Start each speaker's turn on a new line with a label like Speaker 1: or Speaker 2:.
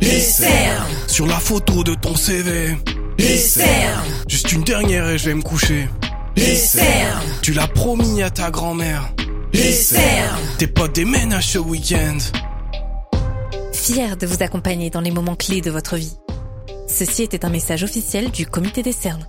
Speaker 1: Les cerfs
Speaker 2: Sur la photo de ton CV.
Speaker 1: Les cerfs
Speaker 2: Juste une dernière et je vais me coucher.
Speaker 1: Les cerfs
Speaker 2: Tu l'as promis à ta grand-mère.
Speaker 1: Les cerfs
Speaker 2: Tes potes déménagent ce week-end.
Speaker 3: Fier de vous accompagner dans les moments clés de votre vie. Ceci était un message officiel du comité des cernes.